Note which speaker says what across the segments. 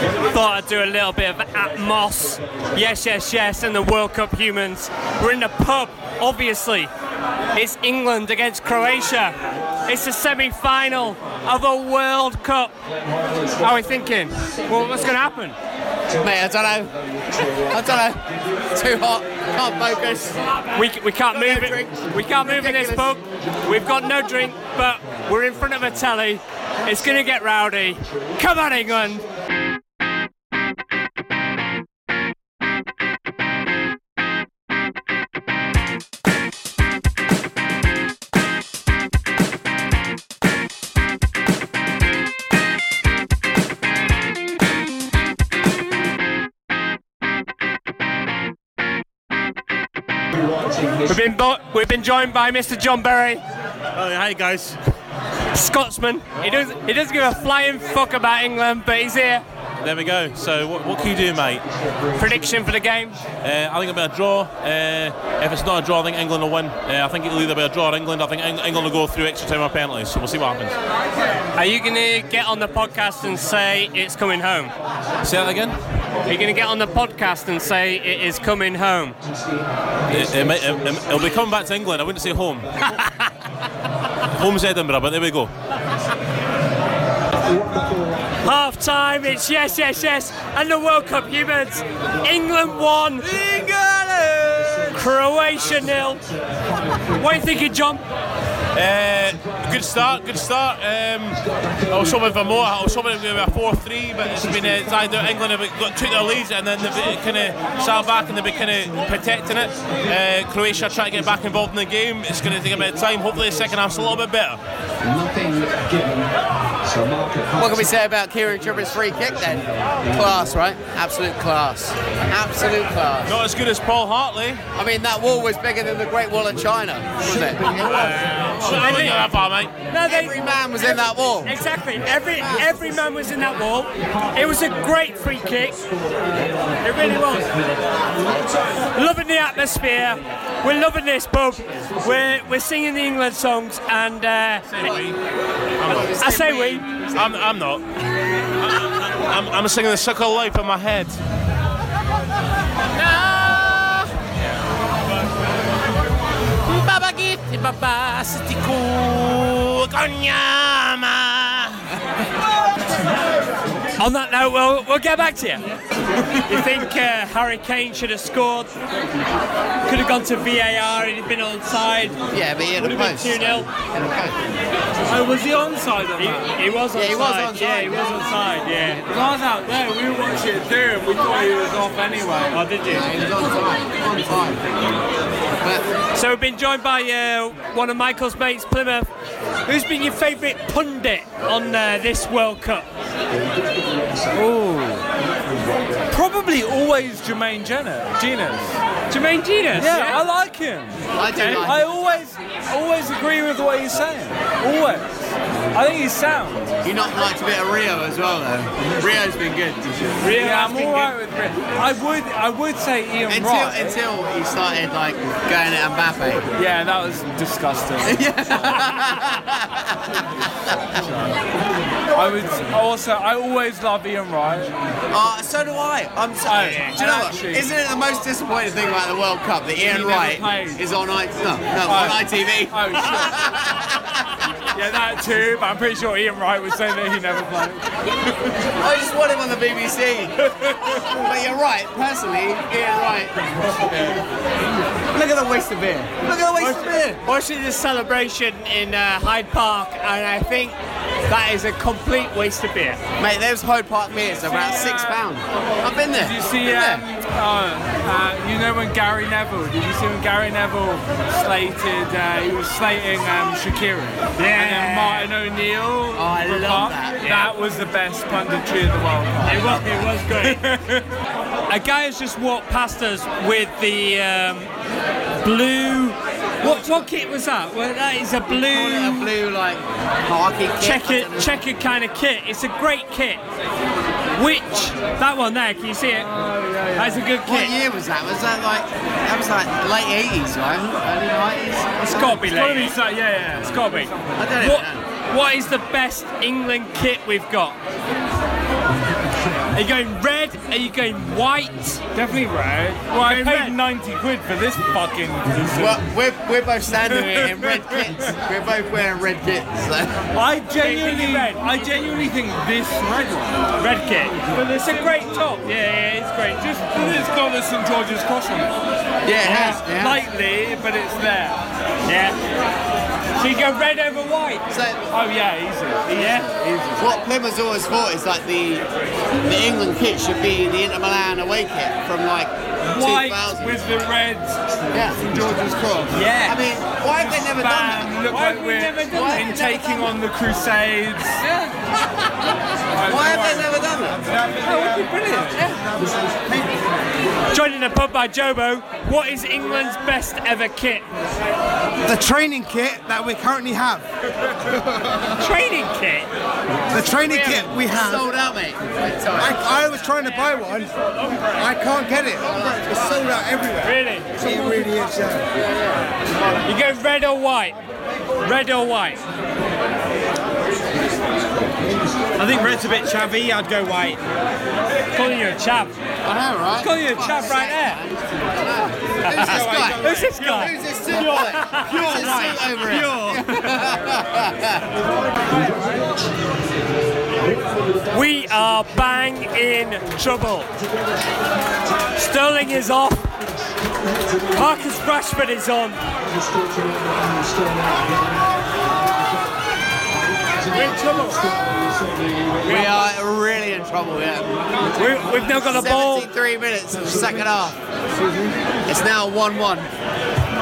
Speaker 1: to do a little bit of Atmos. Yes, yes, yes, and the World Cup humans. We're in the pub, obviously. It's England against Croatia. It's the semi final of a World Cup. How are we thinking? Well, what's going to happen?
Speaker 2: Mate, I don't know. I don't know. Too hot. Can't focus.
Speaker 1: We, we can't
Speaker 2: no
Speaker 1: move it.
Speaker 2: drinks.
Speaker 1: We can't move in this pub.
Speaker 2: Ridiculous.
Speaker 1: We've got no drink, but we're in front of a telly. It's going to get rowdy. Come on, England. We've been bo- we've been joined by Mr. John Berry,
Speaker 3: Oh, hey guys.
Speaker 1: Scotsman. He doesn't he doesn't give a flying fuck about England, but he's here.
Speaker 3: There we go. So, what, what can you do, mate?
Speaker 1: Prediction for the game.
Speaker 3: Uh, I think it'll be a draw. Uh, if it's not a draw, I think England will win. Uh, I think it'll either be a draw or England. I think Eng- England will go through extra time or penalties. So, we'll see what happens.
Speaker 1: Are you gonna get on the podcast and say it's coming home?
Speaker 3: Say that again?
Speaker 1: Are you gonna get on the podcast and say it is coming home?
Speaker 3: It, it, might- it, it, will be coming back to England. I wouldn't say home. Home's Edinburgh, but there we go.
Speaker 1: Half time, it's yes, yes, yes, and the World Cup humans. England won. England! Croatia nil. What are you thinking, John?
Speaker 3: Uh, good start, good start. Um, I was hoping for more. I was hoping it was going to be a 4 3, but it's been uh, tied out. England have got, took their leads and then they've kind of sat back and they've been kind of protecting it. Uh, Croatia trying to get back involved in the game. It's going to take a bit of time. Hopefully, the second half's a little bit better.
Speaker 4: Nothing given. So Market
Speaker 2: What can we say about Kieran Tripp's free kick then? Class, right? Absolute class. Absolute class.
Speaker 3: Not as good as Paul Hartley.
Speaker 2: I mean, that wall was bigger than the Great Wall of China, wasn't it?
Speaker 3: So I wouldn't go that far, mate.
Speaker 1: No,
Speaker 2: Every man was in that wall.
Speaker 1: Exactly. Every every man was in that wall. It was a great free kick. It really was. Loving the atmosphere. We're loving this pub. We're we're singing the England songs, and uh, I say we.
Speaker 3: I'm, I'm not. I'm, I'm singing the sucker life in my head.
Speaker 2: Baba Gitti, Baba City
Speaker 3: Ooh, Kanyama.
Speaker 1: On that note, we'll we'll get back to you. you think uh, Harry Kane should have scored? Could have gone to VAR. He'd have been onside.
Speaker 2: Yeah, but he had
Speaker 1: Would
Speaker 2: a
Speaker 1: have been
Speaker 2: post.
Speaker 1: two 0
Speaker 5: Oh, was he onside on that?
Speaker 1: He was onside.
Speaker 2: Yeah,
Speaker 1: Yeah, he
Speaker 2: he was onside,
Speaker 1: was onside. Yeah.
Speaker 5: 'Cause I was out there, we were watching it through and we thought he was off anyway.
Speaker 1: Oh, did you?
Speaker 2: He was on time. On time. But
Speaker 1: So we've been joined by uh, one of Michael's mates, Plymouth. Who's been your favourite pundit on uh, this World Cup?
Speaker 5: Probably always Jermaine Jenner, Genus.
Speaker 1: Jermaine Genus.
Speaker 5: Yeah, I like him.
Speaker 2: I do like
Speaker 5: I always, always agree with what he's saying. Always. I think he's sound.
Speaker 2: you not liked a bit of Rio as well, though. Rio's been good.
Speaker 1: Really,
Speaker 5: Yeah,
Speaker 1: that's
Speaker 5: I'm
Speaker 1: been
Speaker 5: all right with Rick. I would, I would say Ian
Speaker 2: Until,
Speaker 5: Wright.
Speaker 2: until he started like going at Mbappe.
Speaker 5: yeah, that was disgusting. I would also, I always love Ian Wright.
Speaker 2: Oh, so do I. I'm so.
Speaker 5: Oh,
Speaker 2: do you know what?
Speaker 5: actually-
Speaker 2: Isn't it the most disappointing thing about the World Cup that Ian
Speaker 5: never
Speaker 2: Wright
Speaker 5: played.
Speaker 2: is on I no, no, on
Speaker 5: Oh.
Speaker 2: ITV?
Speaker 5: Oh shit. yeah, that too. But I'm pretty sure Ian Wright would say that he never played.
Speaker 2: I just want him on the BBC. but you're right, personally, Ian Wright. Look at the waste of beer. Look at the waste of beer.
Speaker 1: Watching the celebration in uh, Hyde Park, and I think that is a complete waste of beer.
Speaker 2: Mate, those Hyde Park beers are about six pounds. I've been there.
Speaker 5: Did you see?
Speaker 2: Been
Speaker 5: Um,
Speaker 2: there.
Speaker 5: oh, uh, you know when Gary Neville? Did you see when Gary Neville slated? Uh, he was slating um, Shakira. And then
Speaker 1: Yeah.
Speaker 5: Martin O'Neill. Oh,
Speaker 2: I love that, yeah.
Speaker 5: That was the best punditry in the World Cup.
Speaker 1: It was, it was great. a guy has just walked past us with the um, blue. What, what kit was that? Well, Oh, that is a blue.
Speaker 2: a blue like hockey kit.
Speaker 1: check
Speaker 2: I
Speaker 1: it,
Speaker 2: don't know.
Speaker 1: check it kind of kit. It's a great kit. Which that one there? Can you see it? That's a good
Speaker 2: What
Speaker 1: kit.
Speaker 2: year was that? Was that like that was like late eighties, right? Early nineties.
Speaker 1: It's got to be late.
Speaker 5: So, yeah, yeah.
Speaker 1: It's got to be.
Speaker 2: I don't know.
Speaker 1: What, what is the best England kit we've got? Are you going red? Are you going white?
Speaker 5: Definitely red. Well, I
Speaker 1: You're red.
Speaker 5: paid 90 quid for this fucking.
Speaker 2: Well, we're, we're both standing here in red kits. We're both wearing red kits. so-
Speaker 5: I
Speaker 1: genuinely-
Speaker 5: genuinely, I genuinely think this red one.
Speaker 1: Red kit. But it's a great top.
Speaker 5: Yeah, yeah, it's great. Just it's got the St George's cross on it.
Speaker 2: Yeah, it has. It has.
Speaker 5: Lightly, but it's there.
Speaker 1: Yeah. So you go red over white.
Speaker 2: It's like
Speaker 5: Oh yeah, easy.
Speaker 1: Yeah.
Speaker 2: what Plymouth's always thought is like the the England kit should be the Inter Milan away kit from like
Speaker 5: White
Speaker 2: 2000.
Speaker 5: with the reds.
Speaker 2: Yeah, from George's Cross. I
Speaker 5: Yeah.
Speaker 2: mean, why have they never done that?
Speaker 5: Bam, look
Speaker 1: Why have
Speaker 5: like
Speaker 1: we
Speaker 5: we're
Speaker 1: never done
Speaker 2: that?
Speaker 5: in taking on the Crusades.
Speaker 2: Why have they never done that?
Speaker 5: That would be brilliant.
Speaker 1: Joined in the pub by Jobo. What is England's best ever kit?
Speaker 6: The training kit that we currently have.
Speaker 1: Training kit.
Speaker 6: The training kit we have.
Speaker 2: Sold out, mate.
Speaker 6: I, I was trying to buy one. I can't get it. It's sold out everywhere.
Speaker 1: Really?
Speaker 6: It really is. Yeah.
Speaker 1: You go red or white. Red or white.
Speaker 7: I think red's a bit chavvy. I'd go white.
Speaker 1: Calling you a chap.
Speaker 2: I know, right?
Speaker 1: Calling you a chap right there.
Speaker 2: Who's
Speaker 1: Who's this
Speaker 2: this guy?
Speaker 1: guy?
Speaker 2: Who's this suit? Who's this suit over it?
Speaker 1: We are bang in trouble. Sterling is off. Marcus Rashford is on. We're in trouble.
Speaker 2: We are really in trouble, yeah.
Speaker 1: We- we've now got the ball.
Speaker 2: 73 minutes of the second half. It's now 1 1.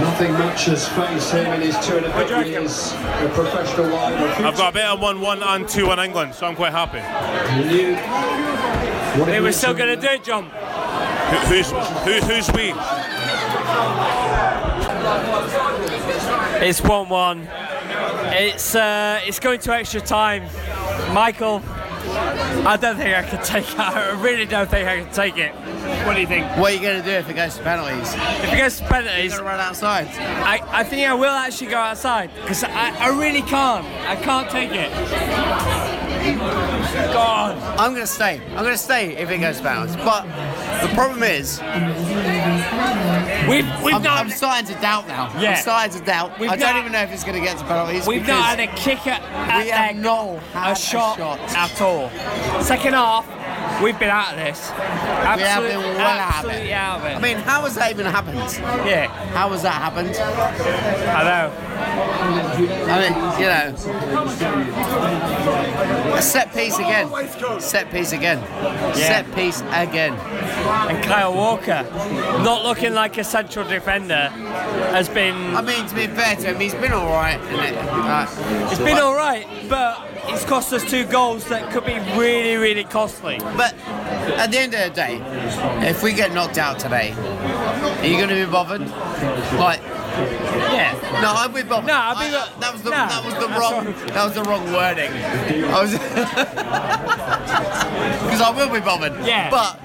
Speaker 4: Nothing much has faced him in his two and a half years of professional life.
Speaker 3: I've got a better 1 1 and 2 on England, so I'm quite happy.
Speaker 4: He knew what it
Speaker 1: They were
Speaker 4: meant
Speaker 1: still
Speaker 4: to
Speaker 1: going to do it, John.
Speaker 3: Who, who's, who, who's we?
Speaker 1: It's 1 1. It's, uh, it's going to extra time. Michael, I don't think I can take it. I really don't think I can take it. What do you think?
Speaker 2: What are you going to do if it goes to penalties? You're
Speaker 1: If it goes to penalties,
Speaker 2: going to run outside.
Speaker 1: I, I think I will actually go outside because I, I really can't. I can't take it. God.
Speaker 2: I'm going to stay. I'm going to stay if it goes to penalties. But the problem is,
Speaker 1: We've, we've
Speaker 2: I'm,
Speaker 1: not.
Speaker 2: I'm starting to doubt now.
Speaker 1: Yeah.
Speaker 2: I'm starting to doubt.
Speaker 1: We've
Speaker 2: I don't
Speaker 1: not-
Speaker 2: even know if it's going to get to penalties.
Speaker 1: We've
Speaker 2: because
Speaker 1: not had a kicker at
Speaker 2: we have
Speaker 1: their-
Speaker 2: not had
Speaker 1: a, shot
Speaker 2: a shot.
Speaker 1: at all. Second half, we've been out of this.
Speaker 2: We have
Speaker 1: Absolutely,
Speaker 2: been well out of
Speaker 1: absolutely
Speaker 2: it.
Speaker 1: out of it.
Speaker 2: I mean, how has that even happened?
Speaker 1: yeah,
Speaker 2: How has that happened?
Speaker 1: I know.
Speaker 2: I mean, you know, a set piece again. Set piece again. Set piece again.
Speaker 1: And Kyle Walker, not looking like a central defender, has been.
Speaker 2: I mean, to be fair to him, he's been all right. Isn't it? Uh,
Speaker 1: It's been all right, but it's cost us two goals that could be really, really costly.
Speaker 2: But at the end of the day, if we get knocked out today, are you going to be bothered? Like,
Speaker 1: Yeah.
Speaker 2: no, I'm with Bob.
Speaker 1: No, I'd be like-
Speaker 2: that was the
Speaker 1: no,
Speaker 2: that was the
Speaker 1: that's
Speaker 2: wrong that was the wrong wording. I was because I will be bothered.
Speaker 1: Yeah.
Speaker 2: But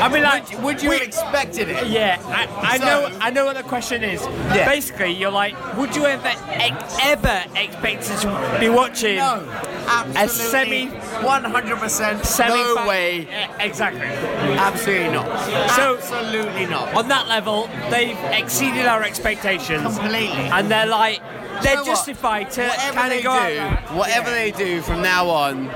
Speaker 1: I mean, like,
Speaker 2: would you
Speaker 1: we-
Speaker 2: have expected it?
Speaker 1: Yeah, I, I
Speaker 2: So-
Speaker 1: know. I know what the question is. Basically, you're like, would you ever ex- ever expect to be watching?
Speaker 2: No, absolutely.
Speaker 1: semi-
Speaker 2: 100%.
Speaker 1: semi-
Speaker 2: no way.
Speaker 1: Yeah, exactly.
Speaker 2: Absolutely not.
Speaker 1: So-
Speaker 2: absolutely not.
Speaker 1: On that level, they've exceeded our expectations,
Speaker 2: Completely.
Speaker 1: and they're like, they're
Speaker 2: You know what?
Speaker 1: justified to
Speaker 2: Whatever
Speaker 1: kind
Speaker 2: they
Speaker 1: of go. out there.
Speaker 2: do, whatever they do from now on,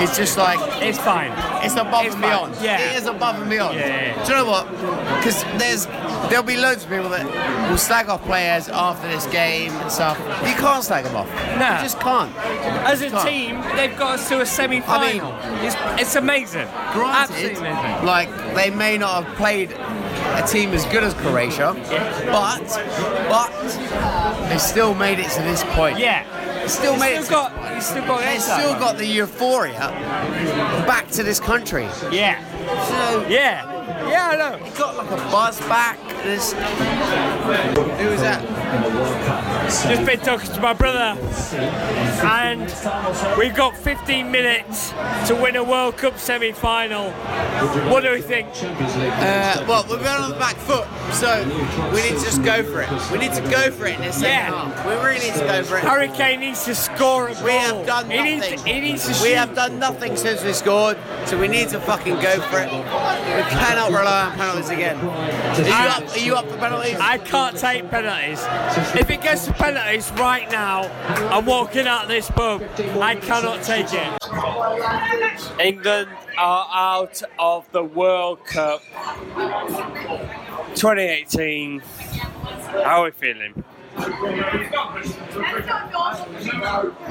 Speaker 2: it's just like
Speaker 1: It's fine.
Speaker 2: it's above
Speaker 1: It's
Speaker 2: and
Speaker 1: fine.
Speaker 2: beyond.
Speaker 1: Yeah.
Speaker 2: It is above and beyond.
Speaker 1: Yeah.
Speaker 2: Do you know what? Because there's there'll be loads of people that will slag off players after this game and stuff. You can't slag them off.
Speaker 1: No.
Speaker 2: You just can't.
Speaker 1: As a
Speaker 2: It's fine.
Speaker 1: team, they've got us to a semi-final. it's, it's amazing.
Speaker 2: Granted,
Speaker 1: Absolutely amazing.
Speaker 2: like they may not have played a team as good as Croatia, but but they still made it to this point.
Speaker 1: Yeah.
Speaker 2: They still made
Speaker 1: You've
Speaker 2: it.
Speaker 1: still
Speaker 2: to-
Speaker 1: got. You've still got.
Speaker 2: they
Speaker 1: Eto'o.
Speaker 2: still got the euphoria back to this country.
Speaker 1: Yeah.
Speaker 2: So
Speaker 1: Yeah. Yeah. I know.
Speaker 2: it got like a buzz back. This who was that?
Speaker 1: Just been talking to my brother, and we've got 15 minutes to win a World Cup semi-final. What do we think?
Speaker 4: Champions League.
Speaker 2: Uh, well, we're going on the back foot, So we need to just go for it. We need to go for it in this second
Speaker 1: Yeah.
Speaker 2: half. We really need to go for it.
Speaker 1: Hurricane needs to score a goal.
Speaker 2: We have done
Speaker 1: Oh. he
Speaker 2: nothing.
Speaker 1: needs, he needs to
Speaker 2: we
Speaker 1: shoot.
Speaker 2: have done nothing since we scored, so we need to fucking go for it. We cannot rely on penalties again. Are you
Speaker 1: I-
Speaker 2: up, are you up for penalties?
Speaker 1: I can't take penalties. If it gets to penalties right now, I'm walking out of this pub. I cannot take it. England are out of the World Cup 2018. How are we feeling?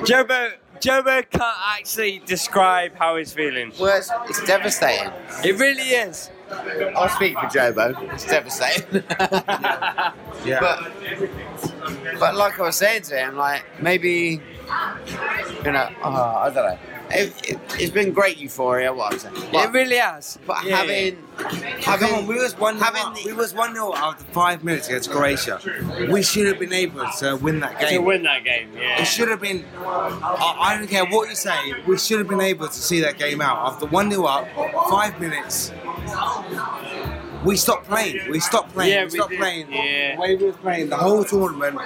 Speaker 1: Jobo, Jobo can't actually describe how he's feeling.
Speaker 2: Well, it's, it's devastating.
Speaker 1: It really is.
Speaker 2: I'll speak for Jobo. It's devastating. yeah. But, but like I was saying to him, like maybe you know, oh, I don't know. It, it, it's been great euphoria. What I'm saying. But,
Speaker 1: It really has.
Speaker 2: but
Speaker 7: yeah,
Speaker 2: having having
Speaker 6: Come on, we was one
Speaker 2: having
Speaker 6: having
Speaker 2: the-
Speaker 6: we was one 0 after five minutes against Croatia. We should have been able to win that
Speaker 1: To
Speaker 6: game.
Speaker 1: win that game, yeah.
Speaker 6: It should have been. I, I don't care what you say. We should have been able to see that game out after one 0 up, five minutes. We stopped playing. We stopped playing.
Speaker 1: Yeah,
Speaker 6: we
Speaker 1: we
Speaker 6: stopped
Speaker 1: did.
Speaker 6: playing.
Speaker 1: Yeah.
Speaker 6: The way we were playing the whole tournament,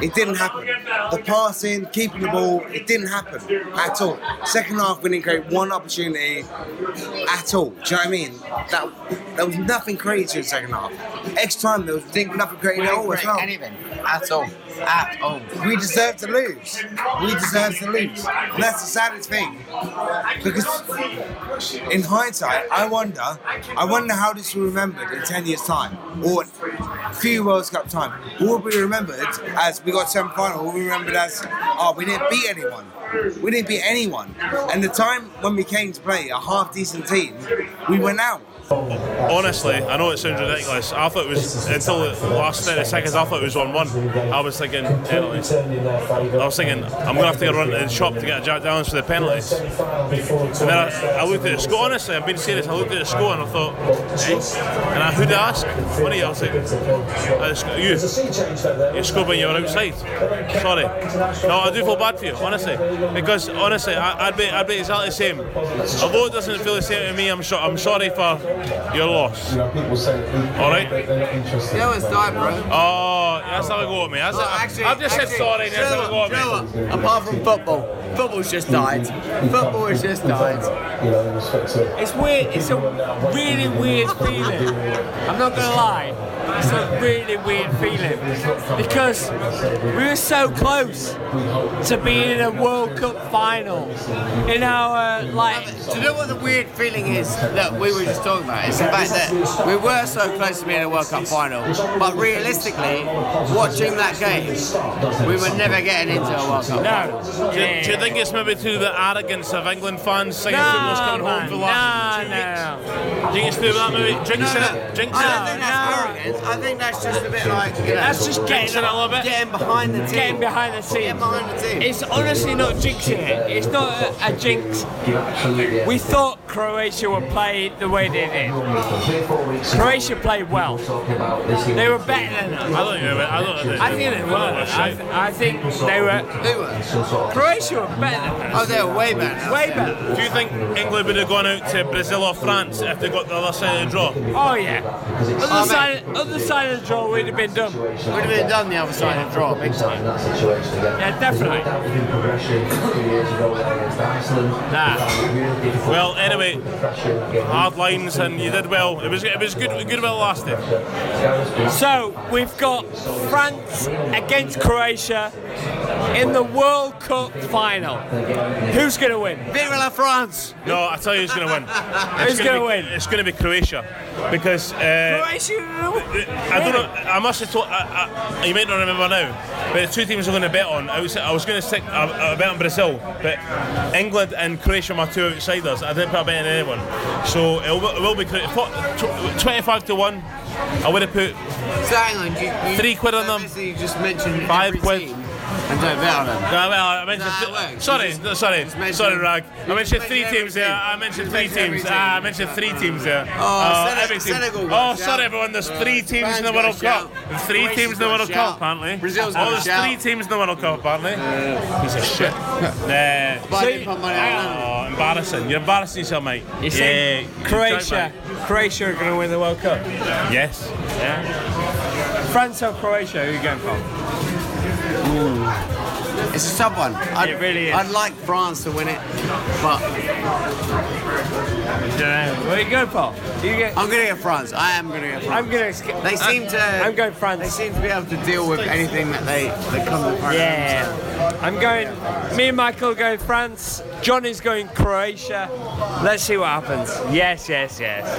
Speaker 6: it didn't happen. The passing, keeping the ball, it didn't happen at all. Second half, we didn't create one opportunity at all. Do you know what I mean? That there was nothing created in the second half. Extra time, there was didn't- nothing created
Speaker 2: we
Speaker 6: at
Speaker 2: don't
Speaker 6: all as
Speaker 2: create
Speaker 6: well.
Speaker 2: anything at all. At all.
Speaker 6: We deserve to lose. We deserve to lose. And that's the saddest thing. Because in hindsight, I wonder, I wonder how this will be remembered in 10 years' time or a few World Cup time. Will we be remembered as we got semi final? Will we be remembered as, oh, we didn't beat anyone? We didn't beat anyone. And the time when we came to play a half decent team, we went out.
Speaker 3: Honestly, I know it sounds ridiculous. I thought it was until the last 30 seconds. I thought it was one-one. I was thinking penalties. I was thinking I'm gonna have to go run to the shop to get a Jack Daniels for the penalties. And then I, I looked at the score. Honestly, I'm being serious. I looked at the score and I thought, eh? and I who to ask? One of you. I was like, "Uh, the sc- you. You scored when you were outside. Sorry. No, I do feel bad for you, honestly, because honestly, I, I'd be I'd be exactly the same. Although it doesn't feel the same to me, I'm sure I'm sorry for your loss. All right.
Speaker 2: No one's died, bro.
Speaker 3: Oh, that's how I go at me. That's
Speaker 2: Well, actually,
Speaker 3: I've just
Speaker 2: actually,
Speaker 3: said sorry. That's
Speaker 2: you
Speaker 3: how
Speaker 2: know
Speaker 3: I go
Speaker 2: what,
Speaker 3: at me.
Speaker 2: you know what? Apart from football, football's just died. Football has just died.
Speaker 1: It's weird. It's a really weird feeling. I'm not gonna lie. It's a really weird feeling because we were so close to being in a World Cup final in our uh, like.
Speaker 2: Do you know what the weird feeling is that we were just talking about? It's the fact that we were so close to being in a World Cup final, but realistically, watching that game, we were never getting into a World Cup.
Speaker 1: No.
Speaker 3: Do, you- do you think it's maybe through the arrogance of England fans singing football's coming home for the last
Speaker 1: no,
Speaker 3: two weeks? Do you think it's through that maybe? Drinks in it. Drinks
Speaker 2: I
Speaker 3: in
Speaker 2: don't
Speaker 3: it.
Speaker 2: think that's arrogance. I think that's just a bit like you know,
Speaker 1: That's just
Speaker 3: Drinks in
Speaker 1: getting
Speaker 3: it a little bit.
Speaker 2: getting behind the team.
Speaker 1: getting behind the scenes.
Speaker 2: Getting behind the team.
Speaker 1: It's honestly not jinxing it. It's not a, a jinx. We thought Croatia would play the way they did. Croatia played well. They were better than us.
Speaker 3: I don't know. I don't know.
Speaker 1: I think they were. I, th- I think they were.
Speaker 2: Who were?
Speaker 1: Croatia were better than
Speaker 2: Oh,
Speaker 1: us.
Speaker 2: they were way better.
Speaker 1: Way better.
Speaker 3: Do you think England would have gone out to Brazil or France if they got the other side of the draw?
Speaker 1: Oh yeah.
Speaker 2: Oh,
Speaker 1: Other side, other side of the draw would have been done.
Speaker 2: Would have been done the other side of the draw, big time.
Speaker 1: Yeah, definitely.
Speaker 3: Nah. Well, anyway, hard lines, and you did well. It was it was good. Good well lasted.
Speaker 1: So we've got France against Croatia in the World Cup final. Who's gonna win?
Speaker 2: Vive la France!
Speaker 3: No, I tell you who's going to win.
Speaker 1: Who's
Speaker 3: It's gonna
Speaker 1: gonna
Speaker 3: be-
Speaker 1: win?
Speaker 3: It's going to be Croatia because. Uh,
Speaker 1: Croatia.
Speaker 3: I don't know. I must have told. I, I, you might not remember now, but the two teams I'm going to bet on. I was, I was going to stick a, a bet on Brazil, but England and Croatia are my two outsiders. I didn't put a bet on anyone, so it will, it will be Cro- tw- twenty-five to one. I would have put
Speaker 2: So hang on, you, you,
Speaker 3: Three quid on them.
Speaker 2: obviously You just mentioned
Speaker 3: Five
Speaker 2: every
Speaker 3: quid.
Speaker 2: team and don't bet on them.
Speaker 3: No, well, I mentioned.
Speaker 2: Nah,
Speaker 3: th-
Speaker 2: look, you
Speaker 3: sorry,
Speaker 2: just-
Speaker 3: no, sorry,
Speaker 2: mentioned-
Speaker 3: sorry, Rag. I
Speaker 2: you
Speaker 3: mentioned
Speaker 2: just
Speaker 3: three
Speaker 2: mentioned
Speaker 3: teams there.
Speaker 2: every
Speaker 3: I
Speaker 2: team.
Speaker 3: mentioned
Speaker 2: You
Speaker 3: three
Speaker 2: mentioned every
Speaker 3: teams. Ah, I
Speaker 2: team.
Speaker 3: mentioned three teams there. Oh,
Speaker 2: Sene- Senegal
Speaker 3: Oh,
Speaker 2: got a
Speaker 3: sorry,
Speaker 2: shout.
Speaker 3: everyone. There's three
Speaker 2: France
Speaker 3: teams in the
Speaker 2: got a
Speaker 3: World Cup.
Speaker 2: shout.
Speaker 3: There's three
Speaker 2: Croatia's
Speaker 3: teams in the
Speaker 2: got a
Speaker 3: World Cup,
Speaker 2: shout.
Speaker 3: apparently.
Speaker 2: Brazil's got a
Speaker 3: Oh, there's
Speaker 2: shout.
Speaker 3: three teams in the World Cup, apparently. Piece of shit. Nah.
Speaker 2: But I didn't put money on them.
Speaker 3: Oh, embarrassing. You're embarrassing yourself, mate.
Speaker 1: You see,
Speaker 3: Yeah.
Speaker 1: Croatia, Croatia are going to win the World Cup.
Speaker 3: Yes. Yeah.
Speaker 1: France or Croatia? Who are you going for?
Speaker 2: It's a tough one. I'd,
Speaker 1: It really is.
Speaker 2: I'd like France to win it, but
Speaker 1: What are you going for? You get.
Speaker 2: I'm gonna get France. I am gonna get France.
Speaker 1: I'm gonna. sk-
Speaker 2: they seem to.
Speaker 1: I'm going
Speaker 2: They
Speaker 1: France.
Speaker 2: seem to be able to deal with anything that they that comes in front of them.
Speaker 1: Yeah. I'm going. Me and Michael are going France. John is going Croatia. Let's see what happens. Yes, yes, yes.